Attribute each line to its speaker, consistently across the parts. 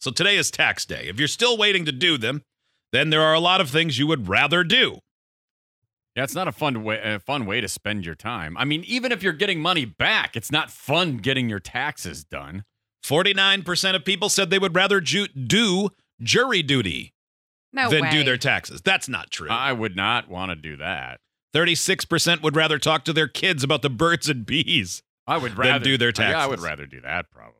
Speaker 1: So today is tax day. If you're still waiting to do them, then there are a lot of things you would rather do.
Speaker 2: Yeah, it's not a fun way a fun way to spend your time. I mean, even if you're getting money back, it's not fun getting your taxes done.
Speaker 1: 49% of people said they would rather ju- do jury duty
Speaker 3: No
Speaker 1: than
Speaker 3: way.
Speaker 1: do their taxes. That's not true.
Speaker 2: I would not want to do that.
Speaker 1: 36% would rather talk to their kids about the birds and bees.
Speaker 2: I would rather
Speaker 1: do their
Speaker 2: Yeah, I would
Speaker 1: taxes.
Speaker 2: rather do that probably.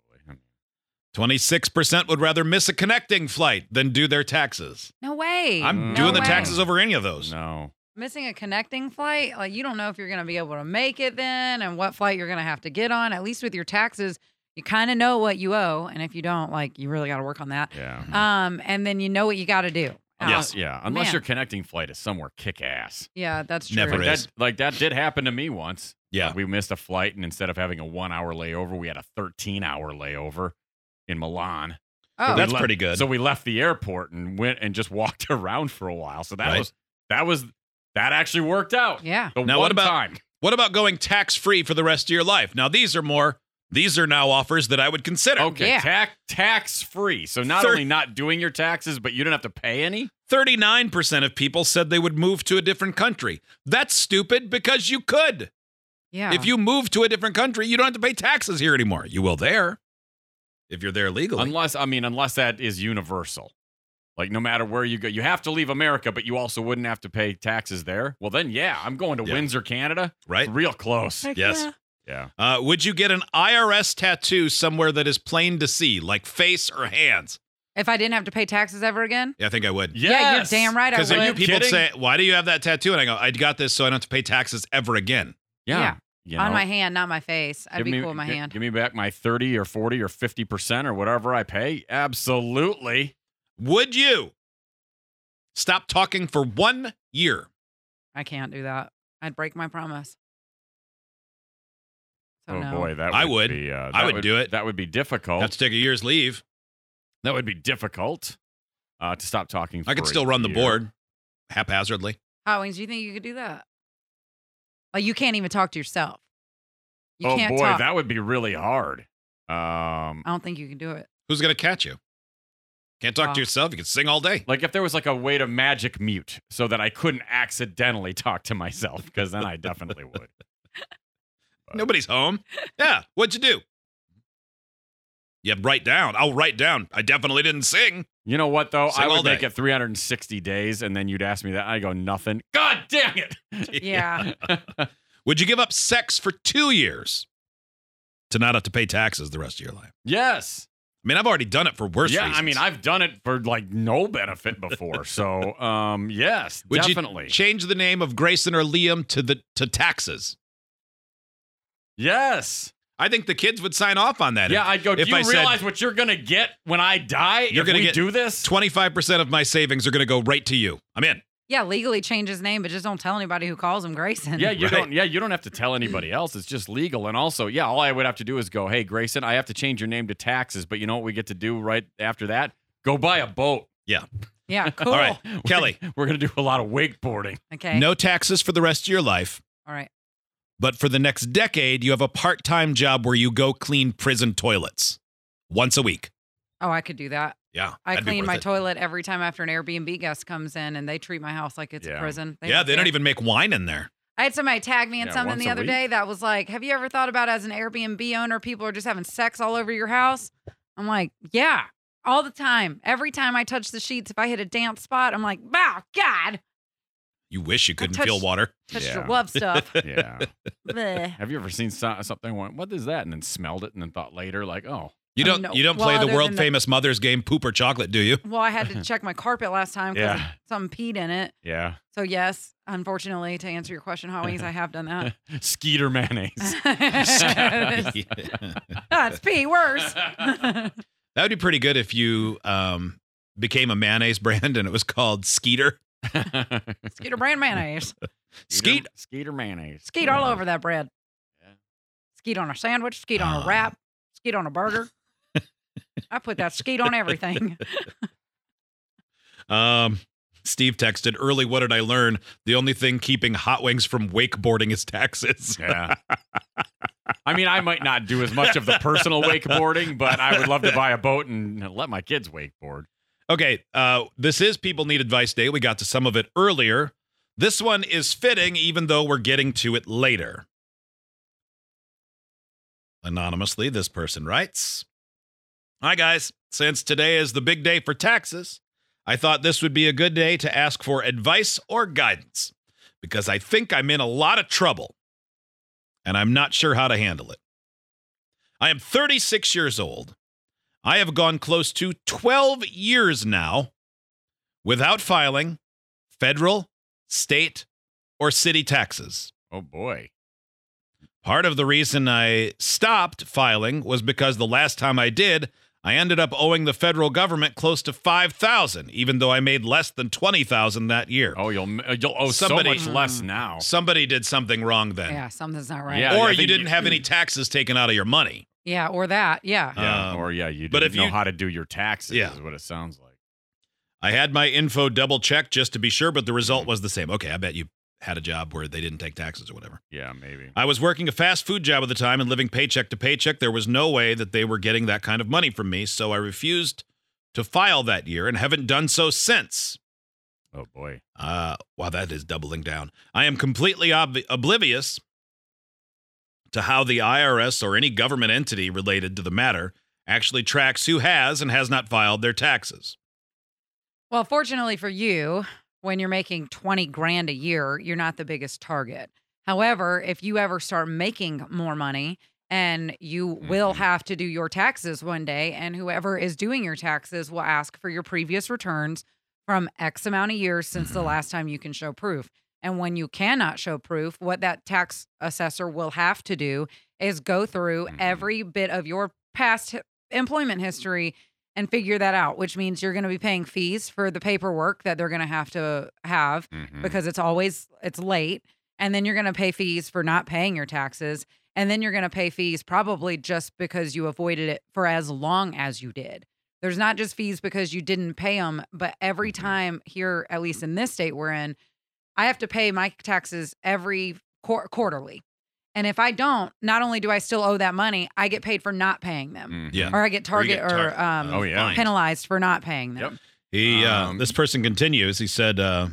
Speaker 1: 26% would rather miss a connecting flight than do their taxes.
Speaker 3: no way.
Speaker 1: I'm
Speaker 2: No
Speaker 1: doing the
Speaker 3: way.
Speaker 1: taxes over any of those.
Speaker 2: Mm. No.
Speaker 3: Missing a connecting flight, like you don't know if you're going to be able to make it then, and what flight you're going to have to get on. At least with your taxes, you kind of know what you owe, and if you don't, like you really got to work on that.
Speaker 2: Yeah.
Speaker 3: Um, and then you know what you got to do. Uh,
Speaker 1: Yes.
Speaker 2: Yeah, unless
Speaker 3: Man.
Speaker 2: your connecting flight is somewhere kick ass.
Speaker 3: Yeah, that's true.
Speaker 1: Never
Speaker 2: Like
Speaker 1: is.
Speaker 2: that, like that did happen to me once.
Speaker 1: Yeah.
Speaker 2: We missed a flight, and instead of having a one hour layover, we had a 13 hour layover in Milan.
Speaker 3: Oh,
Speaker 1: That's
Speaker 2: we
Speaker 1: pretty good.
Speaker 2: So we left the airport and went and just walked around for a while. So that
Speaker 1: Right.
Speaker 2: was, that was, that actually worked out.
Speaker 3: yeah.
Speaker 2: The
Speaker 1: Now,
Speaker 2: one
Speaker 1: what about-
Speaker 2: time.
Speaker 1: What about going tax free for the rest of your life? Now, these are more, these are now offers that I would consider.
Speaker 2: Okay.
Speaker 3: Yeah.
Speaker 2: Tax, tax free. So not
Speaker 1: Thir-
Speaker 2: only not doing your taxes, but you don't have to pay any.
Speaker 1: 39% of people said they would move to a different country. That's stupid because you could.
Speaker 3: Yeah.
Speaker 1: If you move to a different country, you don't have to pay taxes here anymore. You will there if you're there legally.
Speaker 2: Unless, I mean, unless that is universal. Like, no matter where you go, you have to leave America, but you also wouldn't have to pay taxes there. Well, then, yeah, I'm going to
Speaker 1: Yeah.
Speaker 2: Windsor, Canada.
Speaker 1: right?
Speaker 2: Real close.
Speaker 3: Heck
Speaker 1: yes.
Speaker 3: yeah.
Speaker 2: Yeah.
Speaker 1: Uh, would you get an IRS tattoo somewhere that is plain to see, like face or hands?
Speaker 3: If I didn't have to pay taxes ever again,
Speaker 1: Yeah, I think I would.
Speaker 3: yeah, you're damn right. I
Speaker 1: Because
Speaker 3: would.
Speaker 1: if you people
Speaker 2: kidding?
Speaker 1: say, "Why do you have that tattoo?" and I go, "I got this so I don't have to pay taxes ever again."
Speaker 2: Yeah.
Speaker 3: Yeah.
Speaker 2: You
Speaker 3: on
Speaker 2: know,
Speaker 3: my hand, not my face. I'd
Speaker 2: give
Speaker 3: be
Speaker 2: me-
Speaker 3: cool with my
Speaker 2: gi-
Speaker 3: hand.
Speaker 2: Give me back my 30 or 40 or 50% or whatever I pay. Absolutely.
Speaker 1: Would you stop talking for one year?
Speaker 3: I can't do that. I'd break my promise. So
Speaker 2: Oh,
Speaker 3: no.
Speaker 2: boy. That would
Speaker 1: I would.
Speaker 2: Be, uh,
Speaker 1: I
Speaker 2: that
Speaker 1: would do it.
Speaker 2: That would be difficult.
Speaker 1: Have to take a year's leave.
Speaker 2: that would be difficult uh, to stop talking.
Speaker 1: I
Speaker 2: for
Speaker 1: could
Speaker 2: a
Speaker 1: still run the
Speaker 2: year.
Speaker 1: board haphazardly.
Speaker 3: Hot wings, do you think you could do that? Like you can't even talk to yourself. You
Speaker 2: oh,
Speaker 3: can't
Speaker 2: boy.
Speaker 3: talk.
Speaker 2: That would be really hard. Um,
Speaker 3: I don't think you can do it.
Speaker 1: Who's gonna catch you? Can't talk
Speaker 3: Ah.
Speaker 1: to yourself. You can sing all day.
Speaker 2: Like if there was like a way to magic mute so that I couldn't accidentally talk to myself, because then I definitely would. But-
Speaker 1: Nobody's home. Yeah. What'd you do? Yeah, write down. I'll write down. I definitely didn't sing.
Speaker 2: You know what though?
Speaker 1: Sing
Speaker 2: I
Speaker 1: all
Speaker 2: would
Speaker 1: day.
Speaker 2: make it 360 days, and then you'd ask me that. I go nothing. God dang it!
Speaker 3: Yeah.
Speaker 1: Would you give up sex for two years to not have to pay taxes the rest of your life?
Speaker 2: yes.
Speaker 1: I mean, I've already done it for worse
Speaker 2: yeah.
Speaker 1: reasons.
Speaker 2: I mean, I've done it for like no benefit before. so, um, yes,
Speaker 1: Would you
Speaker 2: definitely.
Speaker 1: change the name of Grayson or Liam to the to taxes.
Speaker 2: yes.
Speaker 1: I think the kids would sign off on that.
Speaker 2: Yeah. I'd go.
Speaker 1: if
Speaker 2: do you
Speaker 1: I said-
Speaker 2: realize what you're gonna get when I die?
Speaker 1: You're
Speaker 2: if
Speaker 1: gonna
Speaker 2: we
Speaker 1: get
Speaker 2: do this.
Speaker 1: twenty five percent of my savings are going to go right to you. I'm in.
Speaker 3: Yeah, legally change his name, but just don't tell anybody who calls him Grayson.
Speaker 2: Yeah, you
Speaker 1: Right.
Speaker 2: don't. Yeah, you don't have to tell anybody else. It's just legal. And also, yeah, all I would have to do is go, "Hey, Grayson, I have to change your name to taxes." But you know what we get to do right after that? Go buy a boat.
Speaker 3: Yeah, cool.
Speaker 1: All right, Kelly.
Speaker 2: We're gonna do a lot of wakeboarding.
Speaker 3: Okay.
Speaker 1: No taxes for the rest of your life,
Speaker 3: All right.
Speaker 1: but for the next decade, you have a part time job where you go clean prison toilets once a week.
Speaker 3: Oh, I could do that.
Speaker 1: Yeah,
Speaker 3: I
Speaker 1: that'd be
Speaker 3: clean
Speaker 1: worth
Speaker 3: my
Speaker 1: it.
Speaker 3: toilet every time after an Airbnb guest comes in and they treat my house like it's
Speaker 2: Yeah.
Speaker 3: a prison.
Speaker 1: Yeah, they
Speaker 3: care.
Speaker 1: don't even make wine in there.
Speaker 3: I had somebody tag me in
Speaker 2: Yeah,
Speaker 3: something
Speaker 2: once
Speaker 3: the
Speaker 2: a
Speaker 3: other
Speaker 2: week.
Speaker 3: day that was like, Have you ever thought about as an Airbnb owner, people are just having sex all over your house? I'm like, Yeah, all the time. Every time I touch the sheets, if I hit a damp spot, I'm like, Wow, God,
Speaker 1: You wish you couldn't
Speaker 3: touched-
Speaker 1: feel water.
Speaker 3: touched your
Speaker 2: Yeah.
Speaker 3: love stuff.
Speaker 2: Yeah.
Speaker 3: Bleh.
Speaker 2: have you ever seen so- something? Went, what is that? And then smelled it, and then thought later, like, "Oh,
Speaker 1: You
Speaker 3: I
Speaker 1: don't.
Speaker 3: don't know.
Speaker 1: You don't
Speaker 3: Well,
Speaker 1: play
Speaker 3: other
Speaker 1: the
Speaker 3: than
Speaker 1: world
Speaker 3: the-
Speaker 1: famous Mother's Game poop or chocolate, do you?
Speaker 3: Well, I had to check my carpet last time because
Speaker 2: Yeah.
Speaker 3: something peed in it.
Speaker 2: yeah,
Speaker 3: So, yes, unfortunately, to answer your question, Hot Wings, I have done that.
Speaker 2: Skeeter mayonnaise."
Speaker 3: That's P worse.
Speaker 1: That would be pretty good if you um, became a mayonnaise brand and it was called Skeeter.
Speaker 2: Skeeter,
Speaker 3: Skeeter brand mayonnaise.
Speaker 1: Skeet.
Speaker 2: Skeeter mayonnaise.
Speaker 3: Skeet all over that bread.
Speaker 2: Yeah. Ah.
Speaker 3: Skeet on a sandwich, skeet on
Speaker 1: Um.
Speaker 3: a wrap, skeet on a burger. I put that skeet on everything.
Speaker 1: Um, Steve texted early. What did I learn? The only thing keeping hot wings from wakeboarding is taxes.
Speaker 2: Yeah. I mean, I might not do as much of the personal wakeboarding, but I would love to buy a boat and let my kids wakeboard.
Speaker 1: Okay, uh, this is People Need Advice Day. We got to some of it earlier. This one is fitting, even though we're getting to it later. Anonymously, this person writes Hi, guys. Since today is the big day for taxes, I thought this would be a good day to ask for advice or guidance because I think I'm in a lot of trouble and I'm not sure how to handle it. I am 36 years old. I have gone close to 12 years now without filing federal, state, or city taxes.
Speaker 2: Oh boy.
Speaker 1: Part of the reason I stopped filing was because the last time I did, I ended up owing the federal government close to 5000 even though I made less than 20000 that year.
Speaker 2: Oh, you'll uh, you'll owe
Speaker 1: Somebody-
Speaker 2: so much less now.
Speaker 1: Somebody did something wrong then.
Speaker 3: Yeah, something's not right.
Speaker 2: Yeah,
Speaker 1: or
Speaker 2: I
Speaker 1: you
Speaker 2: think
Speaker 1: didn't
Speaker 2: you-
Speaker 1: have any taxes taken out of your money.
Speaker 3: Yeah, or that. Yeah.
Speaker 2: Yeah,
Speaker 1: Um,
Speaker 2: or yeah, you
Speaker 1: but
Speaker 2: but
Speaker 1: if
Speaker 2: if know
Speaker 1: you-
Speaker 2: how to do your taxes
Speaker 1: Yeah.
Speaker 2: is what it sounds like.
Speaker 1: I had my info double checked just to be sure, but the
Speaker 2: Mm.
Speaker 1: result was the same. Okay, I bet you had a job where they didn't take taxes or whatever.
Speaker 2: Yeah, maybe.
Speaker 1: I was working a fast food job at the time and living paycheck to paycheck. There was no way that they were getting that kind of money from me, so I refused to file that year and haven't done so since.
Speaker 2: Oh boy.
Speaker 1: Uh, wow, that is doubling down. I am completely ob- oblivious to how the IRS or any government entity related to the matter actually tracks who has and has not filed their taxes.
Speaker 3: Well, fortunately for you, when you're making 20 grand a year, you're not the biggest target. However, if you ever start making more money and you will
Speaker 2: Mhm.
Speaker 3: have to do your taxes one day, and whoever is doing your taxes will ask for your previous returns from X amount of years since the
Speaker 2: Mhm.
Speaker 3: last time you can show proof. And when you cannot show proof, what that tax assessor will have to do is go through
Speaker 2: Mhm.
Speaker 3: every bit of your past hi- employment history and figure that out, which means you're going to be paying fees for the paperwork that they're going to have to have
Speaker 1: Mm-hmm.
Speaker 2: Mhm.
Speaker 3: because it's always it's late and then you're going to pay fees for not paying your taxes and then you're going to pay fees probably just because you avoided it for as long as you did. There's not just fees because you didn't pay them, but every
Speaker 2: Mhm.
Speaker 1: Mm-hmm.
Speaker 3: time here at least in this state we're in, I have to pay my taxes every quar quarterly. And if I don't, not only do I still owe that money, I get paid for not paying them.
Speaker 2: Mhm.
Speaker 1: Yeah.
Speaker 3: Or I get
Speaker 1: Mm-hmm. Or you
Speaker 3: target
Speaker 1: get
Speaker 3: or,
Speaker 1: tar-
Speaker 3: um,
Speaker 2: Oh, yeah.
Speaker 1: fined.
Speaker 3: penalized for not paying them.
Speaker 2: Yep.
Speaker 1: He, uh,
Speaker 2: Um,
Speaker 1: this person continues. He said, uh,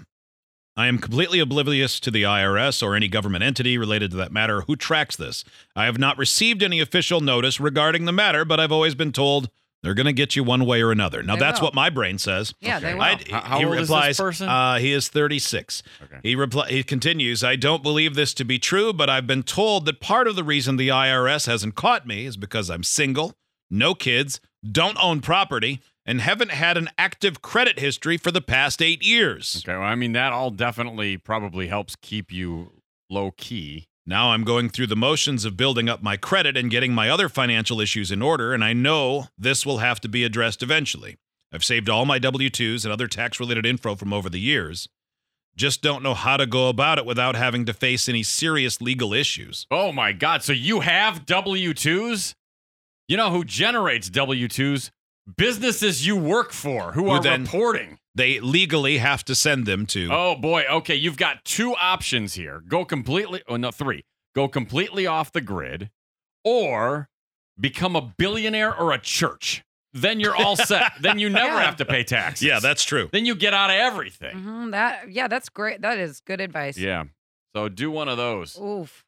Speaker 1: I am completely oblivious to the IRS or any government entity related to that matter who tracks this. I have not received any official notice regarding the matter, but I've always been told they're going to get you one way or another. Now,
Speaker 3: They
Speaker 1: that's
Speaker 3: will.
Speaker 1: what my brain says.
Speaker 3: Yeah, they
Speaker 2: Okay.
Speaker 3: will.
Speaker 1: I-
Speaker 2: How- how
Speaker 1: he
Speaker 2: old is this
Speaker 1: replies,
Speaker 2: person?
Speaker 1: Uh, he is 36.
Speaker 2: Okay.
Speaker 1: He repli- he continues, I don't believe this to be true, but I've been told that part of the reason the IRS hasn't caught me is because I'm single, no kids, don't own property, and haven't had an active credit history for the past 8 years.
Speaker 2: Okay. Well, I mean that all definitely probably helps keep you low key.
Speaker 1: Now I'm going through the motions of building up my credit and getting my other financial issues in order, and I know this will have to be addressed eventually. I've saved all my W 2s and other tax related info from over the years. Just don't know how to go about it without having to face any serious legal issues.
Speaker 2: Oh my God. So you have W 2s? You know who generates W 2s? Businesses you work for who
Speaker 1: Who
Speaker 2: are
Speaker 1: then-
Speaker 2: reporting.
Speaker 1: They legally have to send them to.
Speaker 2: Oh boy. Okay. You've got two options here go completely, oh no, three. Go completely off the grid or become a billionaire or a church. Then you're all set. then you never
Speaker 3: Yeah.
Speaker 2: have to pay taxes.
Speaker 1: yeah, that's true.
Speaker 2: Then you get out of everything.
Speaker 3: Mhm, that yeah, that's great. That is good advice.
Speaker 2: Yeah. So do one of those.
Speaker 3: Oof.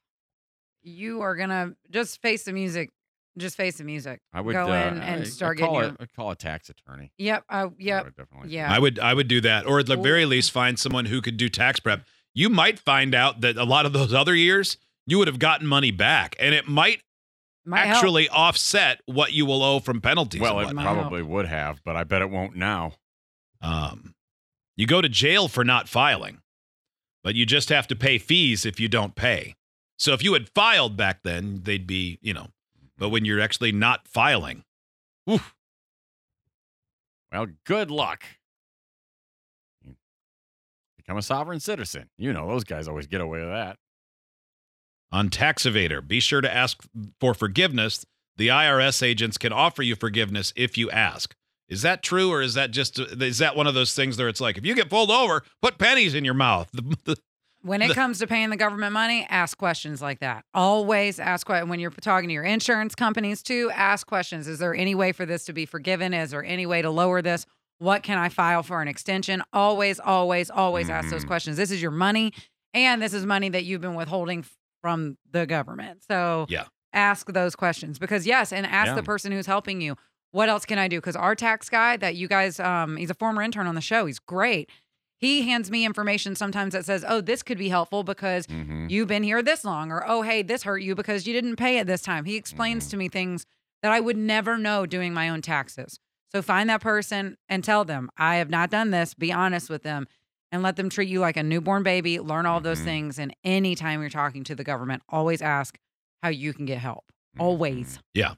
Speaker 3: You are gonna just face the music. Just face the music.
Speaker 2: I would
Speaker 3: go
Speaker 2: uh,
Speaker 3: in
Speaker 2: I-
Speaker 3: and start
Speaker 2: I'd call
Speaker 3: getting your-
Speaker 2: a- I'd call a tax attorney.
Speaker 3: Yep. I
Speaker 2: Yeah.
Speaker 3: yep.
Speaker 2: Definitely.
Speaker 3: Yeah.
Speaker 1: I would I would do that. Or at the
Speaker 3: Ooh.
Speaker 1: very least find someone who could do tax prep. You might find out that a lot of those other years you would have gotten money back and it might
Speaker 3: Might help.
Speaker 1: actually offset what you will owe from penalties.
Speaker 2: Well,
Speaker 1: and
Speaker 2: it
Speaker 1: whatnot.
Speaker 3: Wow.
Speaker 2: probably would have, but I bet it won't now.
Speaker 1: Um, you go to jail for not filing, but you just have to pay fees if you don't pay. So if you had filed back then, they'd be, you know, but when you're actually not filing,
Speaker 2: Well, good luck. Become a sovereign citizen. You know, those guys always get away with that.
Speaker 1: on Tax Evader, be sure to ask for forgiveness. The IRS agents can offer you forgiveness if you ask. Is that true, or is that just is that one of those things where it's like if you get pulled over, put pennies in your mouth?
Speaker 3: When it
Speaker 1: The-
Speaker 3: comes to paying the government money, ask questions like that. Always ask questions. When you're talking to your insurance companies too, ask questions. Is there any way for this to be forgiven? Is there any way to lower this? What can I file for an extension? Always, always, always ask
Speaker 1: Mm-hmm.
Speaker 3: those
Speaker 2: Mhm.
Speaker 3: questions. This is your money, and this is money that you've been withholding f- from the government. So
Speaker 1: Yeah.
Speaker 3: ask those questions because yes, and ask
Speaker 2: Yeah.
Speaker 3: the person who's helping you. What else can I do? Because our tax guy that you guys, um, he's a former intern on the show. He's great he hands me information sometimes that says, "Oh, this could be helpful because
Speaker 2: Mm-hmm.
Speaker 3: you've been here this long," or "Oh, hey, this hurt you because you didn't pay it this time." He explains to me things that I would never know doing my own taxes. So find that person and tell them, "I have not done this." Be honest with them and let them treat you like a newborn baby. Learn all of those
Speaker 2: Mhm.
Speaker 3: things and anytime you're talking to the government, always ask how you can get help.
Speaker 1: mm-hmm.
Speaker 3: Always.
Speaker 1: I,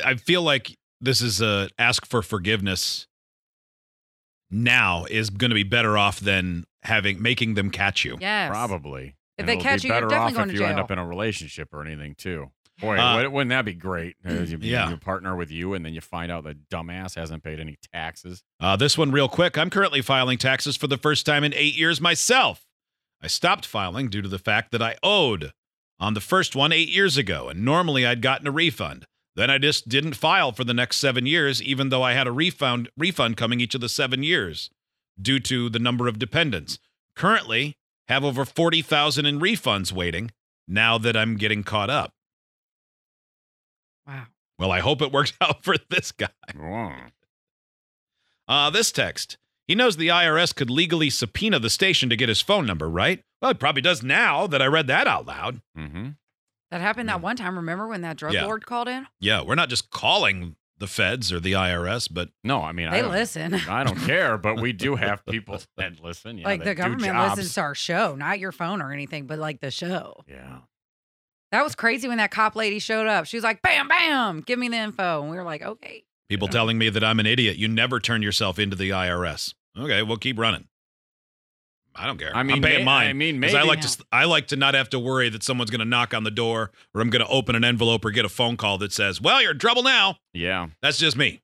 Speaker 1: I feel like this is a ask for forgiveness now is going to be better off than having making them catch you.
Speaker 3: Yes.
Speaker 2: Probably.
Speaker 3: If they
Speaker 2: it'll
Speaker 3: catch
Speaker 2: be
Speaker 3: you, you're
Speaker 2: better
Speaker 3: definitely
Speaker 2: off
Speaker 3: going
Speaker 2: if
Speaker 3: to
Speaker 2: you end
Speaker 3: jail.
Speaker 2: up in a relationship or anything too. Boy,
Speaker 1: Uh,
Speaker 2: wou- wouldn't that be great? Uh, You,
Speaker 1: Yeah.
Speaker 2: you partner with you, and then you find out the dumbass hasn't paid any taxes.
Speaker 1: Uh, this one, real quick. I'm currently filing taxes for the first time in eight years myself. I stopped filing due to the fact that I owed on the first one eight years ago, and normally I'd gotten a refund. Then I just didn't file for the next seven years, even though I had a refund refund coming each of the seven years due to the number of dependents. Currently, have over forty thousand in refunds waiting. Now that I'm getting caught up.
Speaker 3: Wow.
Speaker 1: Well, I hope it worked out for this guy.
Speaker 2: Mm.
Speaker 1: Uh, this text. He knows the IRS could legally subpoena the station to get his phone number, right? Well, it probably does now that I read that out loud.
Speaker 2: Mm-hmm.
Speaker 3: That happened
Speaker 1: Yeah.
Speaker 3: that one time. Remember when that drug
Speaker 1: Yeah.
Speaker 3: lord called in?
Speaker 1: Yeah, we're not just calling the feds or the IRS, but
Speaker 2: No, I mean I
Speaker 3: They
Speaker 2: don't,
Speaker 3: listen.
Speaker 2: I don't care, but we do have people that listen. Yeah,
Speaker 3: like the
Speaker 2: that do
Speaker 3: government
Speaker 2: jobs.
Speaker 3: listens to our show, not your phone or anything, but like the show.
Speaker 2: Yeah.
Speaker 3: That was crazy when that cop lady showed up. She was like, "Bam, bam, give me the info," and we were like, "Okay."
Speaker 1: people
Speaker 2: Yeah.
Speaker 1: telling me that I'm an idiot. You never turn yourself into the IRS. Okay, we'll keep running. I don't care.
Speaker 2: I mean,
Speaker 1: I'm paying
Speaker 2: may-
Speaker 1: mine.
Speaker 2: I mean,
Speaker 1: 'Cause
Speaker 2: maybe
Speaker 1: I like
Speaker 3: Maybe.
Speaker 1: to I like to not have to worry that someone's going to knock on the door or I'm going to open an envelope or get a phone call that says, "Well, you're in trouble now."
Speaker 2: Yeah.
Speaker 1: That's just me.